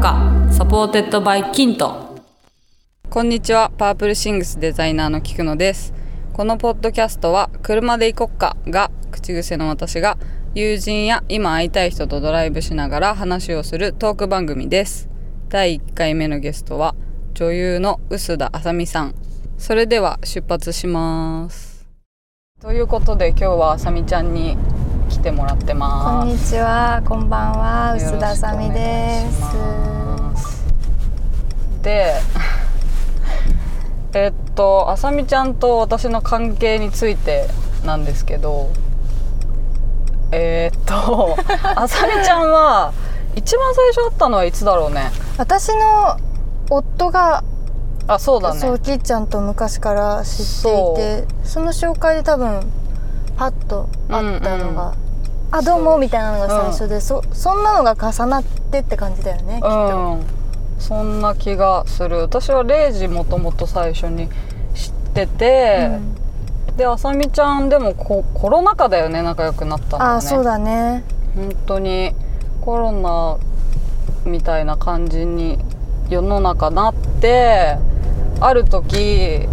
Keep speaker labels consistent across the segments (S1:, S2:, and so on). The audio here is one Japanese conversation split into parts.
S1: ポーテッドバイキント
S2: こんにちは、パープルシングスデザイナーの菊野です。このポッドキャストは、車で行こっかが口癖の私が、友人や今会いたい人とドライブしながら話をするトーク番組です。第1回目のゲストは、女優の臼田あさみさん。それでは出発します。ということで今日はあさみちゃんに来てもらって
S3: こん
S2: ま
S3: にちは、こんばんは、
S2: す。
S3: 薄田あさみです。
S2: よろしくお願いします。で、えっとあさみちゃんと私の関係についてなんですけど、えっ とあさみちゃんは一番最初会ったのはいつだろうね。
S3: 私の夫が、
S2: あ、そうだね。
S3: そうきっちゃんと昔から知っていて、その紹介で多分パッと会ったのが、あどうもみたいなのが最初で、そそんなのが重なってって感じだよね。
S2: うん、そんな気がする私はレイジもともと最初に知ってて、
S3: うん
S2: であさみちゃんでもこコロナ禍だよね仲良くなったのはね
S3: あそうだね。
S2: 本当にコロナみたいな感じに世の中なってある時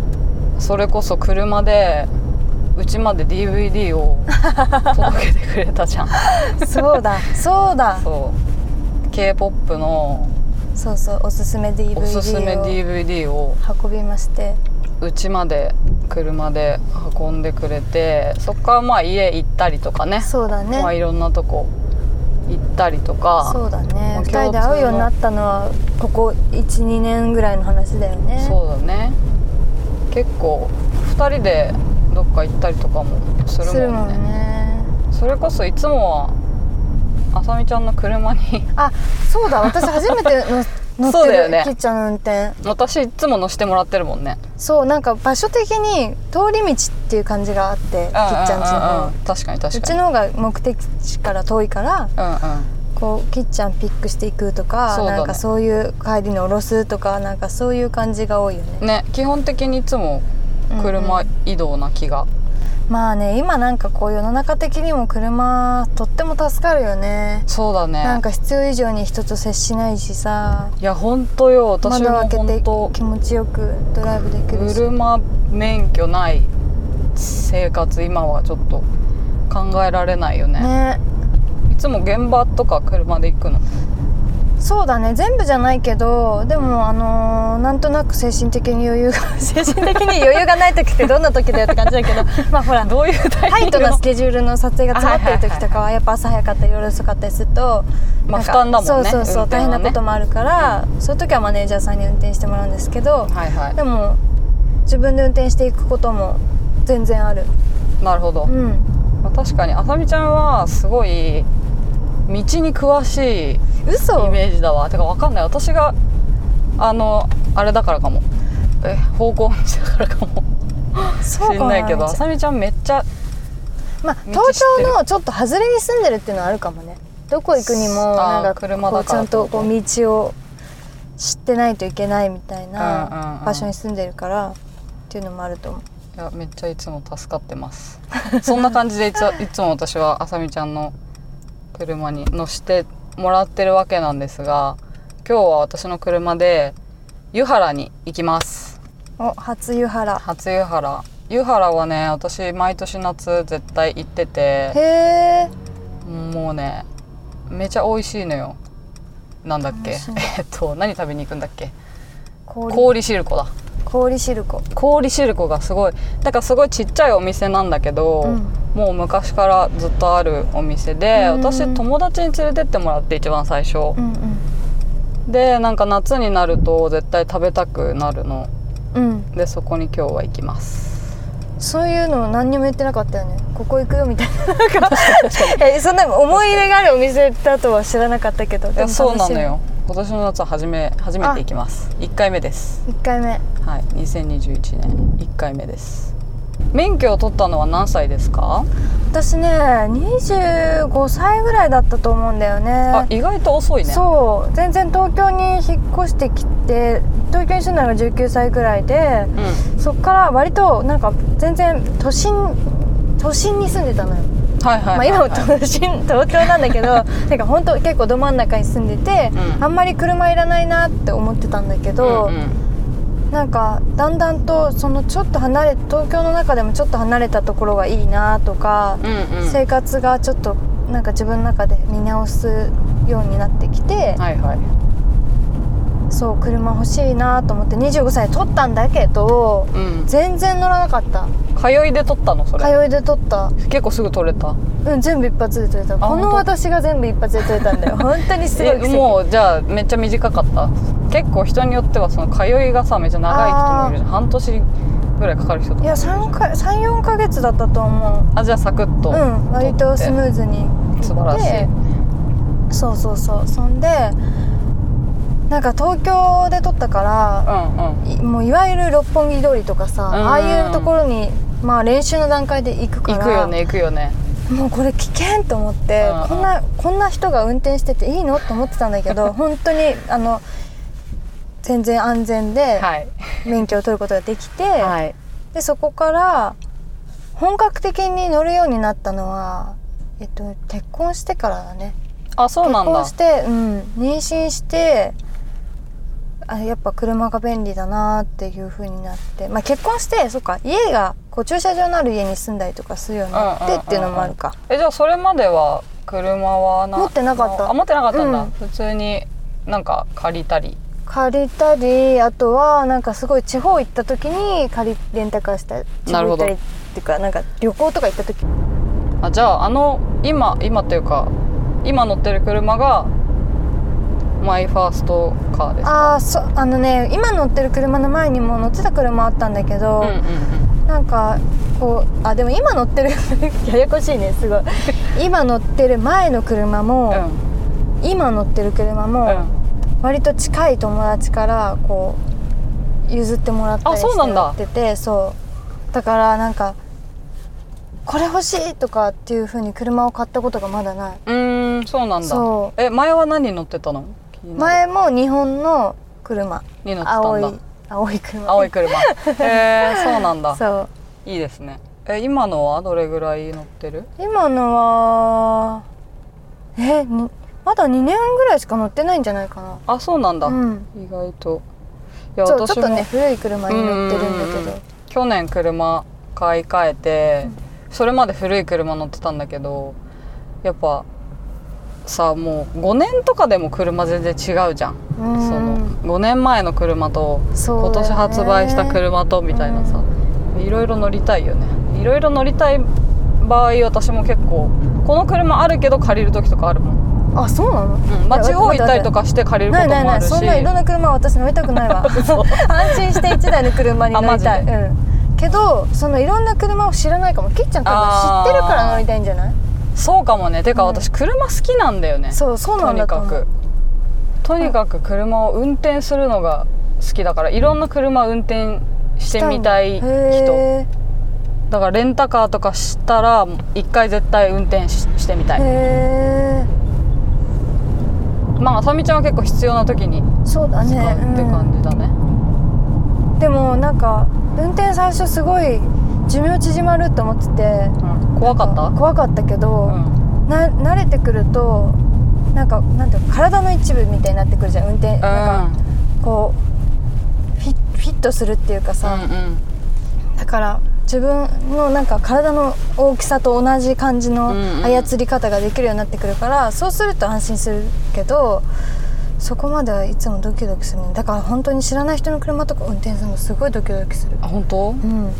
S2: それこそ車でうちまで DVD を届けてくれた じゃん
S3: そうだ、 そうだ。
S2: そう k p o p の
S3: そうそうおすすめ DVD を
S2: おすすめ DVD を
S3: 運びまして、
S2: うちまで車で運んでくれてそこからまあ家行ったりとかね
S3: そうだね
S2: まあ。いろんなとこ行ったりとか
S3: そうだね
S2: もう共通の
S3: 2人で会うようになったのはここ12年ぐらいの話だよね
S2: そうだね結構2人でどっか行ったりとかもするもんね
S3: するもんね
S2: それこそいつもはあさみちゃんの車に
S3: あそうだ私初めての乗っ
S2: そうだ
S3: て
S2: よ
S3: る、
S2: ね
S3: きっちゃんの運転
S2: 私いつも乗してもらってるもんね
S3: そうなんか場所的に通り道っていう感じがあってきっちゃんちの
S2: う
S3: 方
S2: うう確かに
S3: う
S2: 確か
S3: ち
S2: に
S3: の方が目的地から遠いから
S2: うんうん
S3: こうきっちゃんピックしていくとか、
S2: そうだね
S3: なんかそういう帰りに下ろすとかなんかそういう感じが多いよね
S2: ね基本的にいつも車移動な気が、
S3: まあね今なんかこう世の中的にも車とっても助かるよね
S2: そうだね
S3: なんか必要以上に人と接しないしさ
S2: いや本当よ私
S3: 窓
S2: も
S3: を開けて
S2: 本当
S3: 気持ちよくドライブできるし
S2: 車免許ない生活今はちょっと考えられないよね
S3: ね
S2: いつも現場とか車で行くの
S3: そうだね全部じゃないけどでもあのーなんとなく精神的に余裕が 精神的に余裕がない時ってどんな時だよって感じだ けどまあほら
S2: どういうタイ
S3: タ
S2: ミング
S3: イト
S2: の
S3: なスケジュールの撮影が詰まってる時とかはやっぱ朝早かったり夜遅かったりすると、
S2: まあ
S3: なんか
S2: 負担だもんね
S3: そうそうそう、
S2: 運転
S3: 大
S2: はね
S3: 変なこともあるから、そういう時はマネージャーさんに運転してもらうんですけど、
S2: はいは
S3: でも自分で運転していくことも全然ある
S2: いなるほど、
S3: うん
S2: まあ確かにあさみちゃんはすごい道に詳しいイ
S3: 嘘
S2: メージだわてかわかんない私があのあれだからかもえ方向音痴だからかも
S3: そう
S2: しんないけどあ
S3: ま
S2: さみちゃんめっちゃ道知ってる
S3: あ東京のちょっと外れに住んでるっていうのはあるかもねどこ行くにも
S2: あー
S3: なんか
S2: 車
S3: こ
S2: だ
S3: うち
S2: から
S3: ゃ
S2: っ
S3: ん
S2: てこと
S3: とこう道を知ってないといけないみたい
S2: うんうんう
S3: なん場所
S2: ん
S3: に住んでるからっていうのもあると思う
S2: いやめっちゃいつも助かってます そんな感じでいついつも私はあさみちゃんの車に乗してもらってるわけなんですが今日は私の車で湯原に行きます
S3: お初湯原
S2: 初湯原湯原はね私毎年夏絶対行って
S3: へ
S2: て
S3: え
S2: もうねめちゃ美味しいのよなんだっけ
S3: 美味しい
S2: えっと何食べに行くんだっけ
S3: 氷
S2: 氷しるこだ
S3: 氷しるこ
S2: 氷しるこがすごいだからすごいちっちゃいお店なんだけど、
S3: うん
S2: もう昔からずっとあるお店で、
S3: うん
S2: 私友達に連れてってもらって一番最初、
S3: うん
S2: でなんか夏になると絶対食べたくなるの
S3: うんうん
S2: でそこに今日は行きます
S3: そういうの何にも言ってなかったよねここ行くよみたいななんか えそんな思い入れがあるお店だとは知らなかったけど
S2: い
S3: で
S2: や
S3: も楽し
S2: そうな
S3: み
S2: のよ今年の夏は初め初めて行きます1回目です
S3: 一回目
S2: はい2021年1回目です免許を取ったのは何歳ですか、
S3: 私ね25歳ぐらいだったと思うんだよね
S2: あ意外と遅いね
S3: そう全然東京に引っ越してきて東京に住んだのが19歳ぐらいで
S2: うん
S3: そっから割となんか全然都心都心に住んでたのよ
S2: はいはいはいはい
S3: まあ、今も東京 東京なん だけどなんか本当結構ど真ん中に住んでて、
S2: うん
S3: あんまり車いらないなって思ってたんだけど、
S2: うんうん
S3: なんかだんだんとそのちょっと離れ東京の中でもちょっと離れたところがいいなとか、
S2: うんうん
S3: 生活がちょっとなんか自分の中で見直すようになってきて、
S2: はいはい
S3: そう車欲しいなと思って25歳で取ったんだけど
S2: うん
S3: 全然乗らなかった
S2: 通いで取ったのそれ
S3: 通いで取った
S2: 結構すぐ取れた
S3: うん全部一発で取れたこ
S2: 本当
S3: の私が全部一発で取れたん だよ本当にすごい
S2: え
S3: 奇跡
S2: もうじゃあめっちゃ短かった結構人によってはその通いがさめっちゃ長い人もいるじゃん半年ぐらいかかる人と
S3: い
S2: か
S3: や34か月だったと思う
S2: あじゃあサクッと
S3: う
S2: 取って、
S3: ん割とスムーズに
S2: 素晴らしい
S3: でそうそうそうそんでなんか東京で撮ったから
S2: うんうん
S3: いもういわゆる六本木通りとかさ
S2: ん
S3: ああいうところにまあ練習の段階で行くか
S2: 行
S3: ら
S2: くよね行くよね
S3: もうこれ危険と思って
S2: うんうん
S3: こんなこんな人が運転してていいのと思ってたんだ けど本当にあの全然安全で
S2: はい
S3: 免許を取ることができて、
S2: はい
S3: でそこから本格的に乗るようになったのは、えっと、結婚してからだね
S2: あそうなん
S3: 結
S2: だ
S3: 婚して、うん、妊娠してあやっぱ車が便利だなっていう風になって、まあ、結婚してそっか家がこう駐車場のある家に住んだりとかするようになっ
S2: うんうんうん
S3: て
S2: うん
S3: っていうのもあるか、
S2: えじゃあそれまでは車はな
S3: 持ってなかった
S2: あ持ってなかったんだ、
S3: うん
S2: 普通になんか借りたり
S3: 借りたりあとはなんかすごい地方行った時に借りレンタカーしたり地
S2: な
S3: 方
S2: るほど
S3: 行ったりっていうかなんか旅行とか行った時
S2: あじゃああの今今というか今乗ってる車がマイファーストカーですか
S3: ああそあのね今乗ってる車の前にも乗ってた車あったんだけど、
S2: うんうん
S3: なんかこうあでも今乗ってるややこしいねすご い今乗ってる前の車
S2: うん
S3: も、今乗ってる車
S2: うん
S3: も、割と近い友達からこう譲ってもらったり
S2: あ
S3: して
S2: そうなんだ
S3: やっててそうだからなんかこれ欲しいとかっていう風に車を買ったことがまだない
S2: うんうーんそうなんだ
S3: そ
S2: え前は何乗ってたの気になる
S3: 前も日本の車
S2: に乗ってた
S3: 青
S2: ん
S3: い
S2: だ
S3: 青い車
S2: 青い 車えー、そうなんだ
S3: そう
S2: いいですねえ今のはどれぐらい乗ってる
S3: 今のはえにまだ2年ぐらいしか乗ってないんじゃないか
S2: あそうなんだ、
S3: なうん
S2: 意外といや
S3: そう
S2: 私
S3: ちょっ
S2: も
S3: とね古い車に乗ってるんだ
S2: うん
S3: け
S2: うんうん
S3: ど
S2: うん去年車買い替えて、それまで古い車乗ってたんだけどやっぱさもう5年とかでも車全然違うじゃん、
S3: うん
S2: その5年前の車と
S3: そう
S2: 今
S3: だよね
S2: 年発売した車とみたいなさ、いろいろ乗りたいよねいろいろ乗りたい場合私も結構この車あるけど借りる時とかあるもん、
S3: あそうなの、
S2: うん、まあ地方行ったりとかして借りる
S3: な
S2: こ
S3: い
S2: と
S3: ない
S2: も
S3: な
S2: あ
S3: い
S2: るし
S3: そんないろんな車私乗りたくな いわ
S2: そう
S3: 安心して1台の車に乗りた
S2: あ
S3: い、
S2: マジで
S3: うん、けどそのいろんな車を知らないかもきっちゃん多分知ってるから乗りたいんじゃない
S2: そうかもねてか
S3: うん
S2: 私車好きなんだよね、
S3: そうそうな
S2: と
S3: ん
S2: に
S3: だと
S2: か
S3: 思
S2: く
S3: う
S2: とにかく車を運転するのが好きだからいろんな車運転してみたい人
S3: へ
S2: だからレンタカーとかしたら一回絶対運転ししてみた
S3: え
S2: い
S3: へ
S2: まああさみちゃんは結構必要な時に
S3: えそうだ
S2: 使う
S3: ね
S2: って
S3: うん
S2: 感じだね
S3: でもなんか運転最初すごい寿命縮まるって思ってて
S2: うん怖かった
S3: 怖かったけ
S2: う
S3: ど、
S2: ん
S3: な慣れてくるとなんかなんていうの体の一部みたいになってくるじゃん運転、なんかこうフィッフィットするっていうか
S2: う
S3: さ、
S2: んうん
S3: だから自分のなんか体の大きさと同じ感じの
S2: うんうん
S3: 操り方ができるようになってくるから、そうすると安心するけどそこまではいつもドキドキするねだから本当に知らない人の車とか運転するのすごいドキドキする
S2: あ本当
S3: うん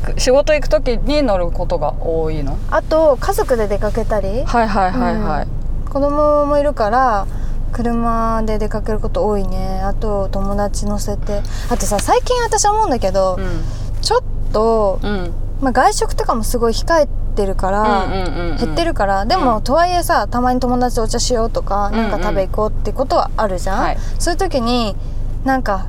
S2: く仕事行く時に乗ることが多いの
S3: あと家族で出かけたり
S2: はいはいはいはい、
S3: 子供もいるから車で出かけること多いねあと友達乗せてあとさ最近私思うんだけど、ちょっと、
S2: うんうん
S3: まあ、外食とかもすごい控えてるから、減って
S2: る
S3: るから、でも、とはいえさたまに友達とお茶しようとかなん
S2: う
S3: か
S2: んうん
S3: 食べ行こうってことはあるじゃん、
S2: はい
S3: そういう時になんか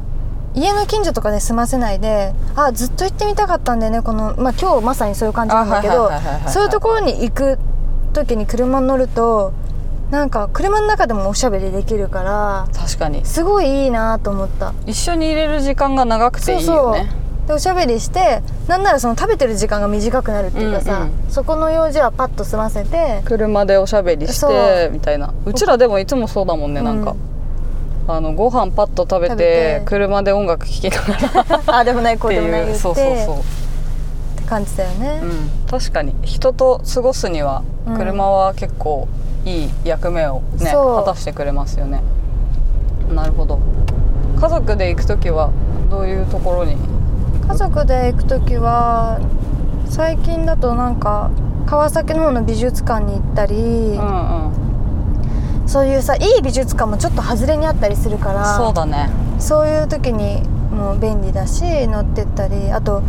S3: 家の近所とかで済ませないであずっと行ってみたかったんだよねこの、まあ、今日まさにそういう感じなんだけ
S2: あ
S3: ど
S2: はいはいはいはいはい
S3: そういうところに行く時に車に乗るとなんか車の中でもおしゃべりできるから
S2: 確かに
S3: すごいいいなと思った
S2: 一緒に入れる時間が長くていいよね
S3: そうでおしゃべりしてなんならその食べてる時間が短くなるっていうかさ、
S2: うん
S3: そこの用事はパッと済ませて
S2: 車でおしゃべりし
S3: そ
S2: てみたいなうちらでもいつもそうだもんねなんか、あのご飯パッと食べて
S3: 食べて
S2: 車で音楽聴きながらっ
S3: あでもないこう
S2: て
S3: でもない
S2: いう
S3: 言って
S2: そうそうそ
S3: って感じだよね
S2: う、うん、確かに人と過ごすには
S3: うん
S2: 車は結構いい役目をね、
S3: そう
S2: 果たしてくれますよねなるほど家族で行く時はどういうところに
S3: 家族で行く時は最近だとなんか川崎の方の美術館に行ったり、
S2: うんうん
S3: そういうさいい美術館もちょっと外れにあったりするから
S2: そうだね
S3: そういう時にもう便利だし乗ってったりあと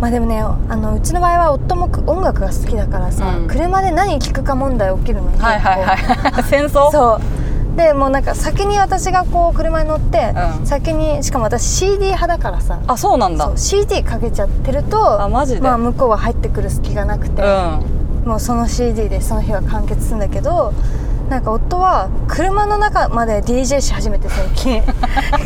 S3: まあでもねあのうちの場合は夫もく音楽が好きだからさ、
S2: うん
S3: 車で何聴くか問題起きるのよ
S2: はいはいはい
S3: 結
S2: 戦争
S3: 構そうでもうなんか先に私がこう車に乗って、
S2: うん
S3: 先にしかも私 CD 派だからさ
S2: あそうなんだ
S3: そう CD かけちゃってる
S2: あ
S3: と
S2: マジで、
S3: まあ向こうは入ってくる隙がなくて、
S2: うん
S3: もうその CD でその日は完結するんだけどなんか夫は車の中まで DJ し始めて最 近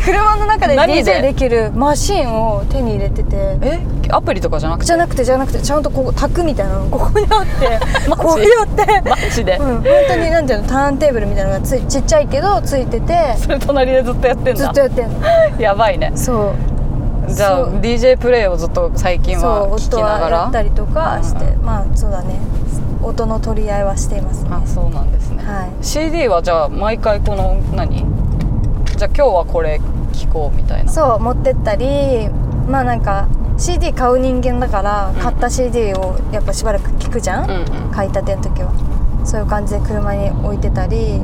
S3: 車の中で
S2: 何で
S3: DJ できるマシンを手に入れてて
S2: えアプリとかじゃなくて
S3: じゃなくてじゃなくてちゃんとここ卓みたいなのここにあって
S2: マジ
S3: こうやって
S2: マジで
S3: うん、本当になんていうのターンテーブルみたいなのがついちっちゃいけどついてて
S2: それ隣でずっとやってん
S3: ずっ
S2: だ
S3: とやってんの
S2: やばいね
S3: そう
S2: じゃあ
S3: そう
S2: DJ プレイをずっと最近
S3: そ
S2: は
S3: う
S2: 聞
S3: 夫
S2: きな
S3: は
S2: が
S3: や
S2: ら
S3: ったりとかして、
S2: うん
S3: まあそうだね音の取り合いはしていますね
S2: あそうなんですね、
S3: はい
S2: CD はじゃあ毎回この何じゃあ今日はこれ聴こうみたいな
S3: そう持ってったりまあなんか CD 買う人間だから
S2: うん
S3: 買った CD をやっぱしばらく聞くじゃん、
S2: んうん
S3: 買いたての時はそういう感じで車に置いてたり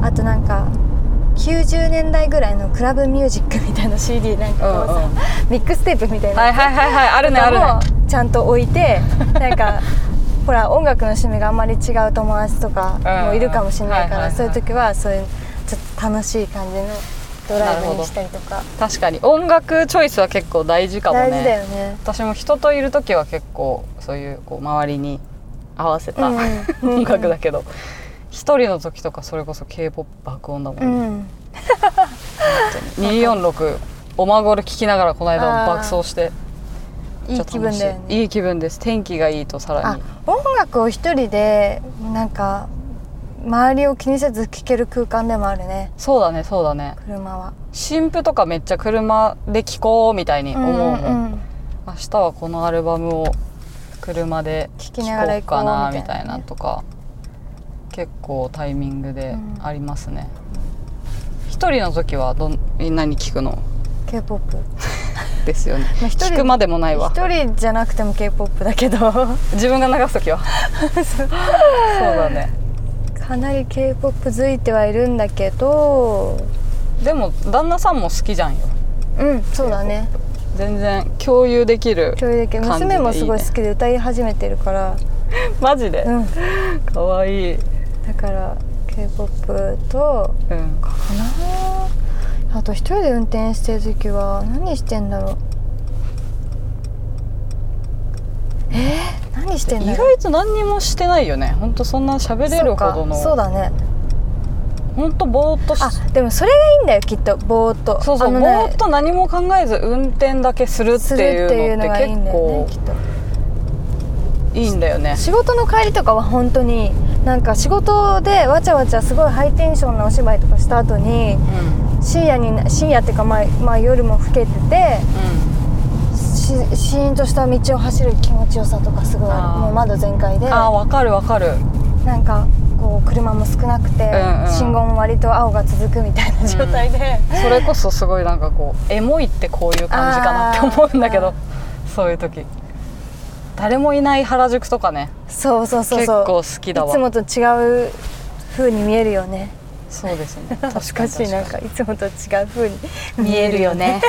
S3: あとなんか90年代ぐらいのクラブミュージックみたいな CD なんかこう
S2: うん
S3: さ、
S2: うん
S3: ミックステープみたいな
S2: はいはいはいはいあるねあるね
S3: もちゃんと置 いてなんかほら音楽の趣味があんまり違う友達とかもいるかもしれないか
S2: うんはいはいは
S3: ら
S2: い
S3: そういう時はそういうちょっと楽しい感じのドライブにしたりとか
S2: 確かに音楽チョイスは結構大事かもね
S3: 大事だよね
S2: 私も人といる時は結構そういうこう周りに合わせた、
S3: うん
S2: 音楽だけど一人の時とかそれこそ k p o p 爆音だもんね、
S3: うん
S2: 246おまごる聞きながらこの間
S3: あー
S2: 爆走して
S3: いい気分だよ
S2: めっちゃ楽し
S3: ね
S2: いいい気分です天気がいいとさら
S3: あ
S2: に
S3: 音楽を一人でなんか周りを気にせず聴ける空間でもあるね
S2: そうだねそうだね
S3: 車は
S2: 新婦とかめっちゃ車で聴こうみたいに思うもん、
S3: うんうん
S2: 明日はこのアルバムを車で聴
S3: 聞
S2: こ
S3: きながら
S2: う
S3: 行こう
S2: かなみ
S3: みた
S2: た
S3: いない
S2: なとか結構タイミングでありますね、一人の時はどん何聴くの
S3: K-POP
S2: ですよね
S3: まあ一人
S2: 聴くまでもないわ
S3: 一人じゃなくても K-POP だけど
S2: 自分が流す 時はそうだね
S3: かなり K-POP 付いてはいるんだけど
S2: でも旦那さんも好きじゃんよ
S3: うんそうだね
S2: 全然共有できる
S3: 教育系
S2: 感じでいいね
S3: 娘もすごい好きで歌い始めてるから
S2: マジで
S3: うん
S2: かわいい、うん、
S3: だから K-POP とかなあと一人で運転してる時は何してんだろうえー、何してんだ
S2: 意
S3: ろう
S2: 外と何にもしてないよねほんとそんな喋れるほどの
S3: そうかそうだね
S2: ほんとぼーっとし
S3: あでもそれがいいんだよきっとぼーっと
S2: そうそう、
S3: あのね
S2: ぼーっと何も考えず運転だけするって
S3: するってい
S2: いううの
S3: の
S2: っ
S3: が
S2: て
S3: いいん
S2: 結
S3: だよ
S2: 構
S3: ねきっと
S2: いいんだよね
S3: 仕事の帰りとかは本当になんか仕事でわちゃわちゃすごいハイテンションなお芝居とかした後に深夜に深夜っていうかまあ、まあ、夜も更けてて
S2: う
S3: しシーンとした道を走る気持ちよさとかすごい
S2: あー
S3: もう窓全開で
S2: ん、あーわかるわかる
S3: なんかこう車も少なくて、
S2: うんうん
S3: 信号も割と青が続くみたいな状態で、
S2: それこそすごいなんかこうエモいってこういう感じかなって思うんだけ
S3: あ
S2: どそういう時誰もいない原宿とかね
S3: そうそうそうそう
S2: 結構好きだわ
S3: いつもと違う風に見えるよね
S2: そうですね
S3: お
S2: 確か
S3: か
S2: に
S3: しいなんかいつもと違う風に
S2: 見えるよ ね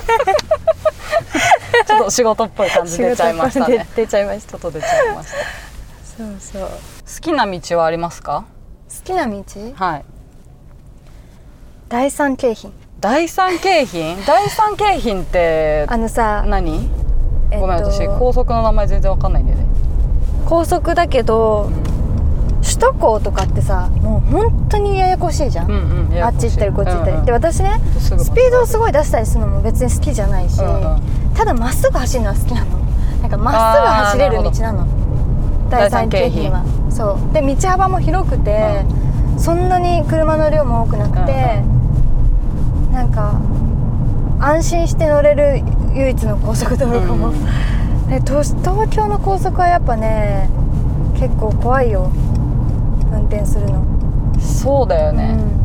S2: ちょっと仕事っぽい感じ出ちゃいました
S3: 仕事っ
S2: ね
S3: ぽい出出ちゃいまし
S2: ち
S3: た
S2: ょっと出ちゃいました好
S3: そうそう好
S2: きな道はありますか
S3: きな道
S2: はい
S3: 第三京浜
S2: 第三京 浜第三京浜って
S3: あのさ、
S2: 何、
S3: えっと
S2: ごめん私高速の名前全然わかんないんだよね
S3: 高速だけど首都高とかってさもう本当にややこしいじゃん、
S2: んうんやや
S3: あっ
S2: こし
S3: ち
S2: い
S3: 行ったりこっち行ったり、
S2: うんうん
S3: で私ね
S2: すぐ
S3: スピードをすごい出したりするのも別に好きじゃないし、
S2: うんうん
S3: 多ただまっすぐ走るのは好きなのなんかまっすぐ走れる道なの第三京浜はそうで道幅も広くて、そんなに車の量も多くなくて、なんか安心して乗れる唯一の高速道路かも、
S2: うん
S3: で東東京の高速はやっぱね結構怖いよ運転するの、
S2: そうだよね、
S3: うん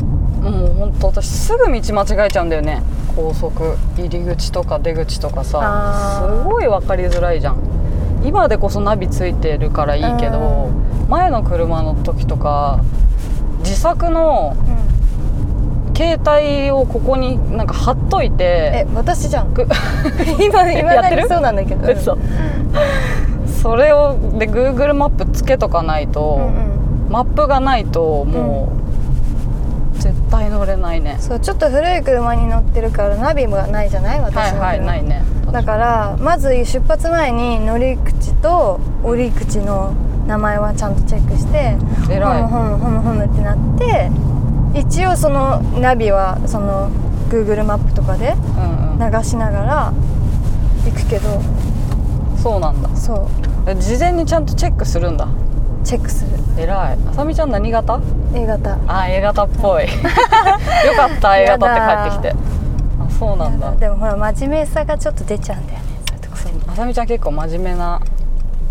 S2: もうほんと私すぐ道間違えちゃうんだよね高速入り口とか出口とか
S3: あ
S2: さ
S3: ー
S2: すごい分かりづらいじゃん今でこそナビついてるからいいけど前の車の時とか自作の
S3: うん
S2: 携帯をここになんか貼っとい
S3: え
S2: て
S3: 私じゃん
S2: ぐ
S3: 今 今
S2: やってる
S3: そうなんだけど
S2: 嘘それをで Google マップつけとかないと、
S3: うんうん
S2: マップがないともう、絶対乗れないね
S3: そうちょっと古い車に乗ってるからナビもないじゃない私の
S2: はいは
S3: 車
S2: いないね
S3: だからまず出発前に乗り口と降り口の名前はちゃんとチェックして
S2: 偉い
S3: ホムホムホムホムってなって一応そのナビはその Google マップとかで
S2: うんうん
S3: 流しながら行くけど
S2: そうなんだ
S3: そ
S2: 事前にちゃんとチェックするんだ
S3: うチェックする
S2: 偉いあさみちゃん何型
S3: A 型
S2: あ A 型っぽい よかった A
S3: や
S2: 型
S3: だ
S2: って帰ってきてあそうなんだ
S3: でもほら真面目さがちょっと出ちゃうんだよねそういうとこ
S2: そうあさみちゃん結構真面目な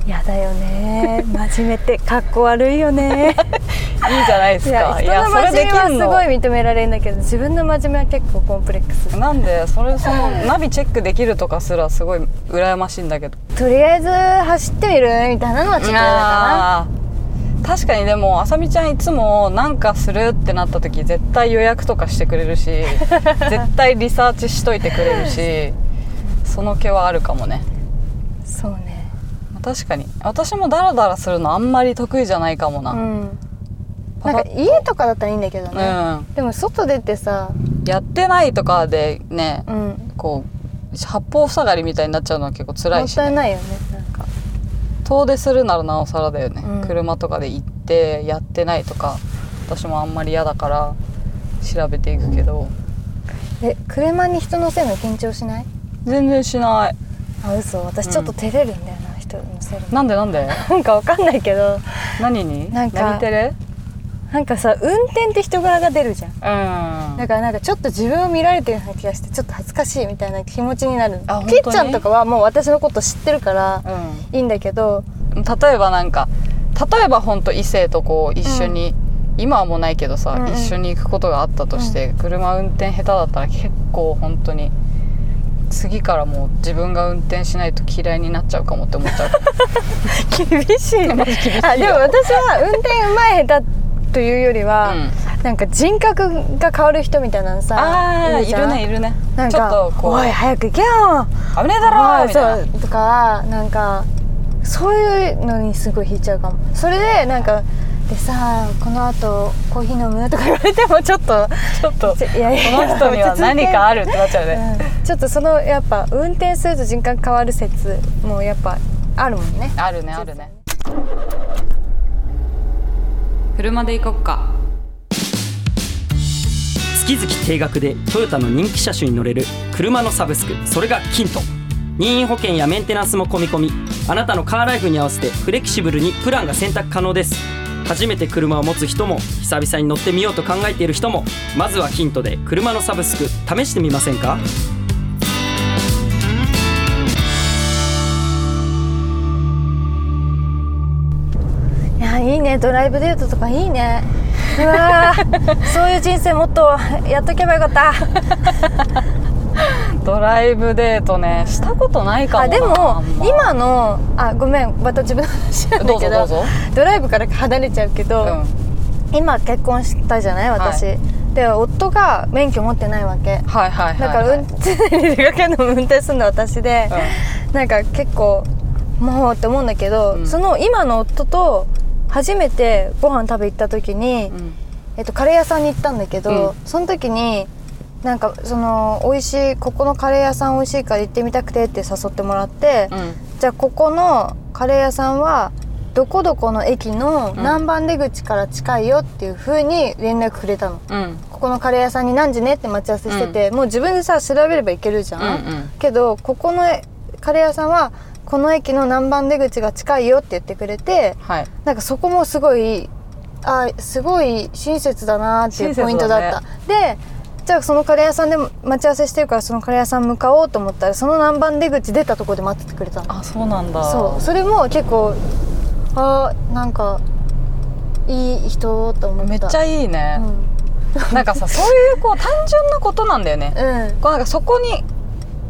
S3: やだよね真面目ってかっこ悪いよね
S2: いいじゃないです
S3: い
S2: か
S3: や人の真面目はす
S2: の
S3: ごい認められるんだけど自分の真面目は結構コンプレックス
S2: なんでそれそのナビチェックできるとかすらすごい羨ましいんだけど
S3: とりあえず走ってみるみたいなのはちょっと嫌だか
S2: あー確かにでもあさみちゃんいつもなんかするってなった時絶対予約とかしてくれ るし絶対リサーチしといてくれるしその気はあるかもね
S3: なそうね
S2: 確かに私もダラダラするのあんまり得意じゃないかも
S3: う
S2: な、
S3: ん
S2: パ
S3: な
S2: パ
S3: んか家とかだったらいいんだけどね、でも外出てさ
S2: うん、やってないとかでね
S3: うん
S2: こう八方塞がりみたいになっちゃうのは結構辛
S3: も
S2: い
S3: っ
S2: した
S3: いないよねなんか
S2: 遠出するならなおさらだよね、
S3: うん
S2: 車とかで行ってやってないとか私もあんまり嫌だから調べていくけど
S3: え車に人乗せるの緊張しない
S2: 全然しない
S3: あ嘘私ちょっと照れるんだよな、人乗せるの
S2: なんでなん で
S3: なんかわかんないけど
S2: 何に
S3: なんか
S2: 何テレ
S3: なんかさ運転って人柄が出るじゃん
S2: うんあ
S3: だからなんかちょっと自分を見られてるような気がしてちょっと恥ずかしいみたいな気持ちになる
S2: あ本当
S3: き
S2: に
S3: っちゃんとかはもう私のこと知ってるから
S2: う
S3: いいんだけど
S2: ん例えばなんか例えばほんと異性とこう一緒に、今はもうないけどさ、
S3: うんうん
S2: 一緒に行くことがあったとして、車運転下手だったら結構本当に次からもう自分が運転しないと嫌いになっちゃうかもって思っち ゃう
S3: 厳しい
S2: マジ厳しいよ
S3: あでも私は運転うまい下手というよりは、なんか人格が変わる人みたいなのさ
S2: ああい
S3: じゃん
S2: るねいるね
S3: なん
S2: ちょっ
S3: か
S2: とこう
S3: おい早く行けよ
S2: 危ねえだろ
S3: お
S2: ー
S3: い
S2: みたいな
S3: そうとかなんかそういうのにすごい引いちゃうかもそれでなんかでさこの後コーヒー飲むとか言われてもちょっと
S2: ちょっとこ
S3: ちょいやいや
S2: の人には何かあるってなっちゃうね
S3: うんちょっとそのやっぱ運転すると人格変わる説もやっぱあるもんね
S2: あるねあるね
S1: 車で行こっか
S4: 月々定額でトヨタの人気車種に乗れる車のサブスクそれがキント任意保険やメンテナンスも込み込みあなたのカーライフに合わせてフレキシブルにプランが選択可能です初めて車を持つ人も久々に乗ってみようと考えている人もまずはキントで車のサブスク試してみませんか
S3: いやいいねドライブデートとかいいねうわーそういう人生もっとやっとけばよ かった
S2: ドライブデートねしたことないかも
S3: あ
S2: な
S3: で
S2: あ
S3: も
S2: んま
S3: 今のあごめんまた自分の話なんだけど
S2: どうぞどうぞ
S3: ドライブから離れちゃうけど、
S2: うん
S3: 今結婚したじゃない私、
S2: は
S3: で夫が免許持ってないわけ
S2: はいはいはい
S3: だから、うん常に出かけるのも運転するのは私で、なんか結構もうって思うんだけど、
S2: うん
S3: その今の夫と初めてご飯食べ行った時に、
S2: うんうん
S3: えっと、カレー屋さんに行ったんだけど、
S2: う
S3: その時になんかその美味しいここのカレー屋さん美味しいから行ってみたくてって誘ってもらって、
S2: うん
S3: じゃあここのカレー屋さんはどこどこの駅の何番出口から近いよっていう風に連絡くれたの、
S2: うんうん
S3: ここのカレー屋さんに何時ねって待ち合わせしてて、もう自分でさ調べれば行けるじゃん、
S2: うん
S3: けどここのカレー屋さんはこの駅の何番出口が近いよって言ってくれて
S2: はい
S3: なんかそこもすごいあすごい親切だなっていうポイントだった
S2: 親
S3: でじゃあそのカレー屋さんでも待ち合わせしてるからそのカレー屋さん向かおうと思ったらその何番出口出たとこで待っててくれたの
S2: あそうなんだ
S3: そうそれも結構あーなんかいい人と思った
S2: めっちゃいいね、
S3: う
S2: なんかさそういうこう単純なことなんだよね
S3: ん、うん、
S2: こうなんかそこに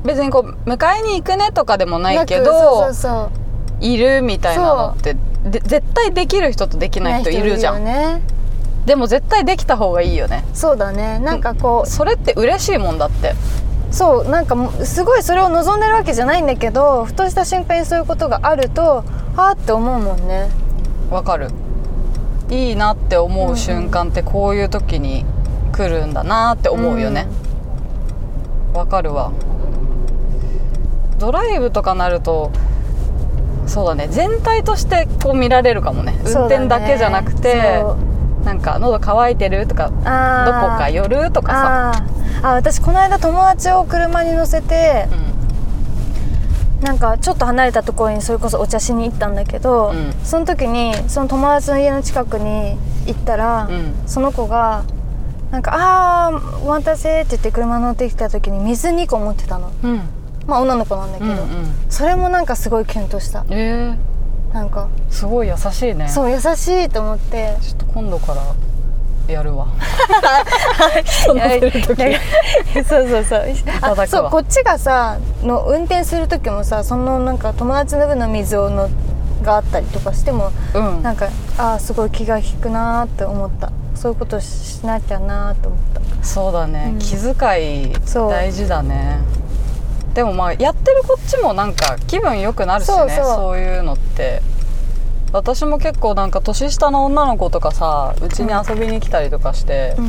S2: 別にこう迎えに行くねとかでもないけ
S3: く
S2: ど
S3: そうそうそう
S2: いるみたいなのってで絶対できる人とできない人いるじゃん、
S3: ない人いるよね
S2: でも絶対できた方がいいよね
S3: そうだねなんかこう、
S2: それって嬉しいもんだって
S3: そうなんかもうすごいそれを望んでるわけじゃないんだけどふとした瞬間にそういうことがあるとあーって思うもんね
S2: わかるいいなって思う瞬間ってこういう時に来るんだなって思うよねわ、かるわドライブとかなるとそうだね全体としてこう見られるかもね運転だけじゃなくて、なんか喉乾いてるとかどこ
S3: あー
S2: か寄るとかさ、
S3: あーあ私この間友達を車に乗せて
S2: うん
S3: なんかちょっと離れたところにそれこそお茶しに行ったんだけど、
S2: うん
S3: その時にその友達の家の近くに行ったら、
S2: うん
S3: その子が「なんかあーお待たせ」って言って車乗ってきた時に水2個持ってたの
S2: うん
S3: まあ女の子なんだけ
S2: うん
S3: ど、
S2: うん
S3: それもなんかすごいキュンとした
S2: え
S3: なんか
S2: ー、すごい優しいね
S3: そう優しいと思って
S2: ちょっと今度からやるわ
S3: いや いやそうそうそう
S2: ただくわ
S3: あそうこっちがさの運転する時もさそのなんか友達の分の水をのがあったりとかしても
S2: うん
S3: なんかあーすごい気が利くなーって思ったそういうことしなきゃなーって思った
S2: そうだね、
S3: うん
S2: 気遣い
S3: そう
S2: 大事だねでもまあやってるこっちもなんか気分良くなるしね
S3: そ
S2: そうう
S3: そう
S2: いうのって私も結構なんか年下の女の子とかさうちに遊びに来たりとかして、
S3: うん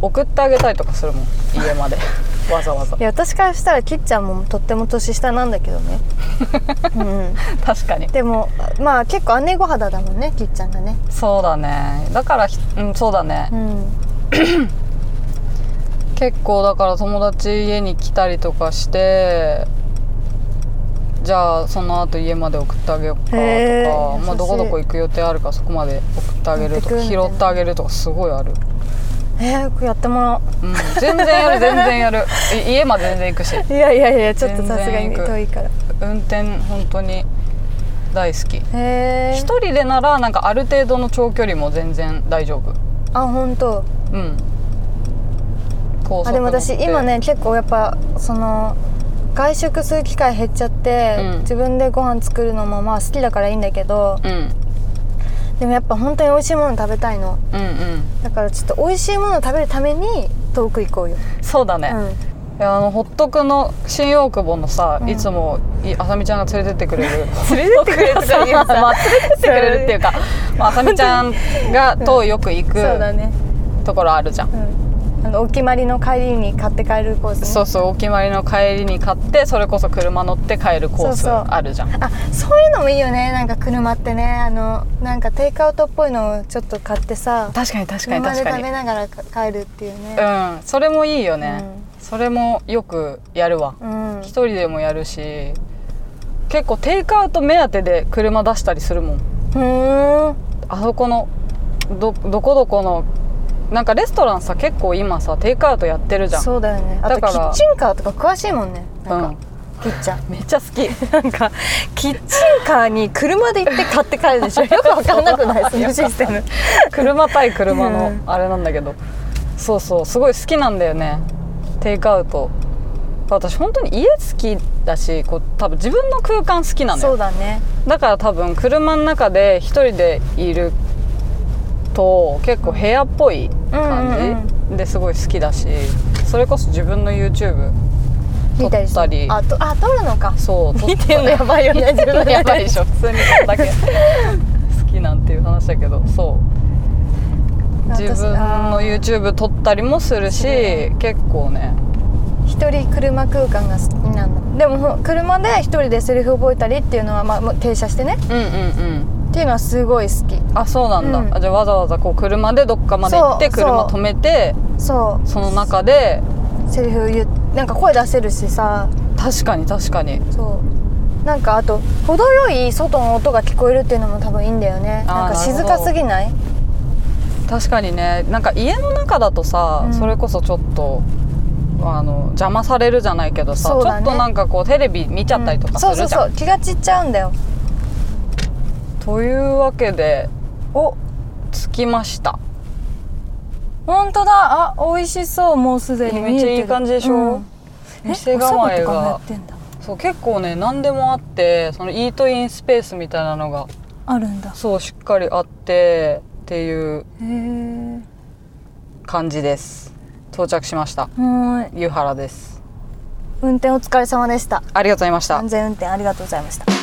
S2: 送ってあげたりとかするもん家まで わざわざ
S3: いや私からしたらきっちゃんもとっても年下なんだけど ね、う
S2: 確かに
S3: ん、でもまあ結構姉御肌だもんねきっちゃんがね
S2: そうだねだからひうんそうだね、
S3: うん
S2: 結構だから友達家に来たりとかしてじゃあその後家まで送ってあげようかとか、
S3: へー
S2: まあ、
S3: 優しい
S2: どこどこ行く予定あるからそこまで送ってあげると
S3: 持
S2: か
S3: っ
S2: 拾
S3: てくみたいな
S2: ってあげるとかすごいある、
S3: えー、やってもらおう
S2: うん、全然や る全然やるい家まで全然行くし
S3: いやいやいやちょっと
S2: 全然
S3: さすがに
S2: 行く
S3: 遠いから
S2: 運転本当に大好き
S3: へえ
S2: 一人でならなんかある程度の長距離も全然大丈夫
S3: あ本当。
S2: うん高
S3: あ
S2: 速
S3: でも
S2: 乗って
S3: 私今ね結構やっぱその外食する機会減っちゃって、
S2: うん
S3: 自分でご飯作るのもまあ好きだからいいんだけど
S2: うん
S3: でもやっぱ本当に美味しいもの食べたいの
S2: うんうん
S3: だからちょっと美味しいものを食べるために遠く行こうよ、
S2: そうだね、
S3: うん、
S2: いやあのほっとくの新大久保のさ、
S3: うん
S2: いつもいあさみちゃんが連れてってく れる
S3: 連れてってくれる とか言うさ
S2: まあ連れてってくれるっていうか、まああさみちゃんがとよく行く
S3: そうだね、
S2: ところあるじゃん、
S3: うん、あのお決まりの帰りに買って帰るコースね
S2: そうそうお決まりの帰りに買ってそれこそ車乗って帰るコース
S3: そうそう
S2: あるじゃん
S3: あそういうのもいいよねなんか車ってねあのなんかテイクアウトっぽいのをちょっと買ってさ
S2: 確かに確かに
S3: 車で
S2: 確か
S3: 食
S2: に
S3: べながら帰るっていうね
S2: うんそれもいいよね、それもよくやるわ
S3: うん、
S2: 一人でもやるし結構テイクアウト目当てで車出したりするもん
S3: ふーん
S2: あそこのどどこどこのなんかレストランさ結構今さテイクアウトやってるじゃん
S3: そうだよねあ
S2: だ
S3: と
S2: から
S3: キッチンカーとか詳しいもんねなんか、キッチャン
S2: めっちゃ好き
S3: なんかキッチンカーに車で行って買って帰る でしょよくわかんなくないそのシステム
S2: 車対車の
S3: うん
S2: あれなんだけど、そうそうすごい好きなんだよねテイクアウト私本当に家好きだしこう多分自分の空間好きなの
S3: そ
S2: よ
S3: うだね
S2: だから多分車の中で一人でいると結構部屋っぽい感じですごい好きだしそれこそ自分の YouTube
S3: 見たり
S2: 撮ったり
S3: あとあ撮るのか
S2: そう撮っ
S3: 見てんのやばいよね自分
S2: やばいでしょ普通にこんだけ好きなんていう話だけどそう自分の YouTube 撮ったりもするし
S3: する
S2: 結構ね
S3: 一人車空間が好きなんだでもほ車で一人でセリフ覚えたりっていうのは、まあ、もう停車してね
S2: うんうんうん
S3: っていうのはすごい好き
S2: あそうなんだ、
S3: うん
S2: あじゃあわざわざこう車でどっかまで行って
S3: そうそう
S2: 車止めて
S3: そ
S2: その中で
S3: うセリフ言うなんか声出せるしさ
S2: 確かに確かに
S3: そうなんかあと程よい外の音が聞こえるっていうのも多分いいんだよね
S2: あー
S3: なんか静
S2: なる
S3: か
S2: ほど
S3: すぎない
S2: 確かにねなんか家の中だとさ、
S3: うん
S2: それこそちょっとあの邪魔されるじゃないけどさ、
S3: そ
S2: ち
S3: う
S2: ょ
S3: だ
S2: っ
S3: ね
S2: となんかこうテレビ見ちゃったりとかするじゃん、
S3: うんそうそうそう気が散っちゃうんだよ
S2: というわけでお着きました
S3: 本当だあ美味しそうもうすでに
S2: め
S3: 見えてる
S2: っちゃいい感じでしょ
S3: え
S2: 店
S3: お蕎
S2: 構
S3: 麦
S2: え
S3: とかもや
S2: が
S3: ってんだ
S2: そう結構ね何でもあってそのイートインスペースみたいなのが
S3: あるんだ
S2: そうしっかりあってっていう
S3: へえ
S2: 感じです到着しました
S3: はい
S2: 湯原です
S3: 運転お疲れ様でした
S2: ありがとうございました
S3: 安全運転ありがとうございました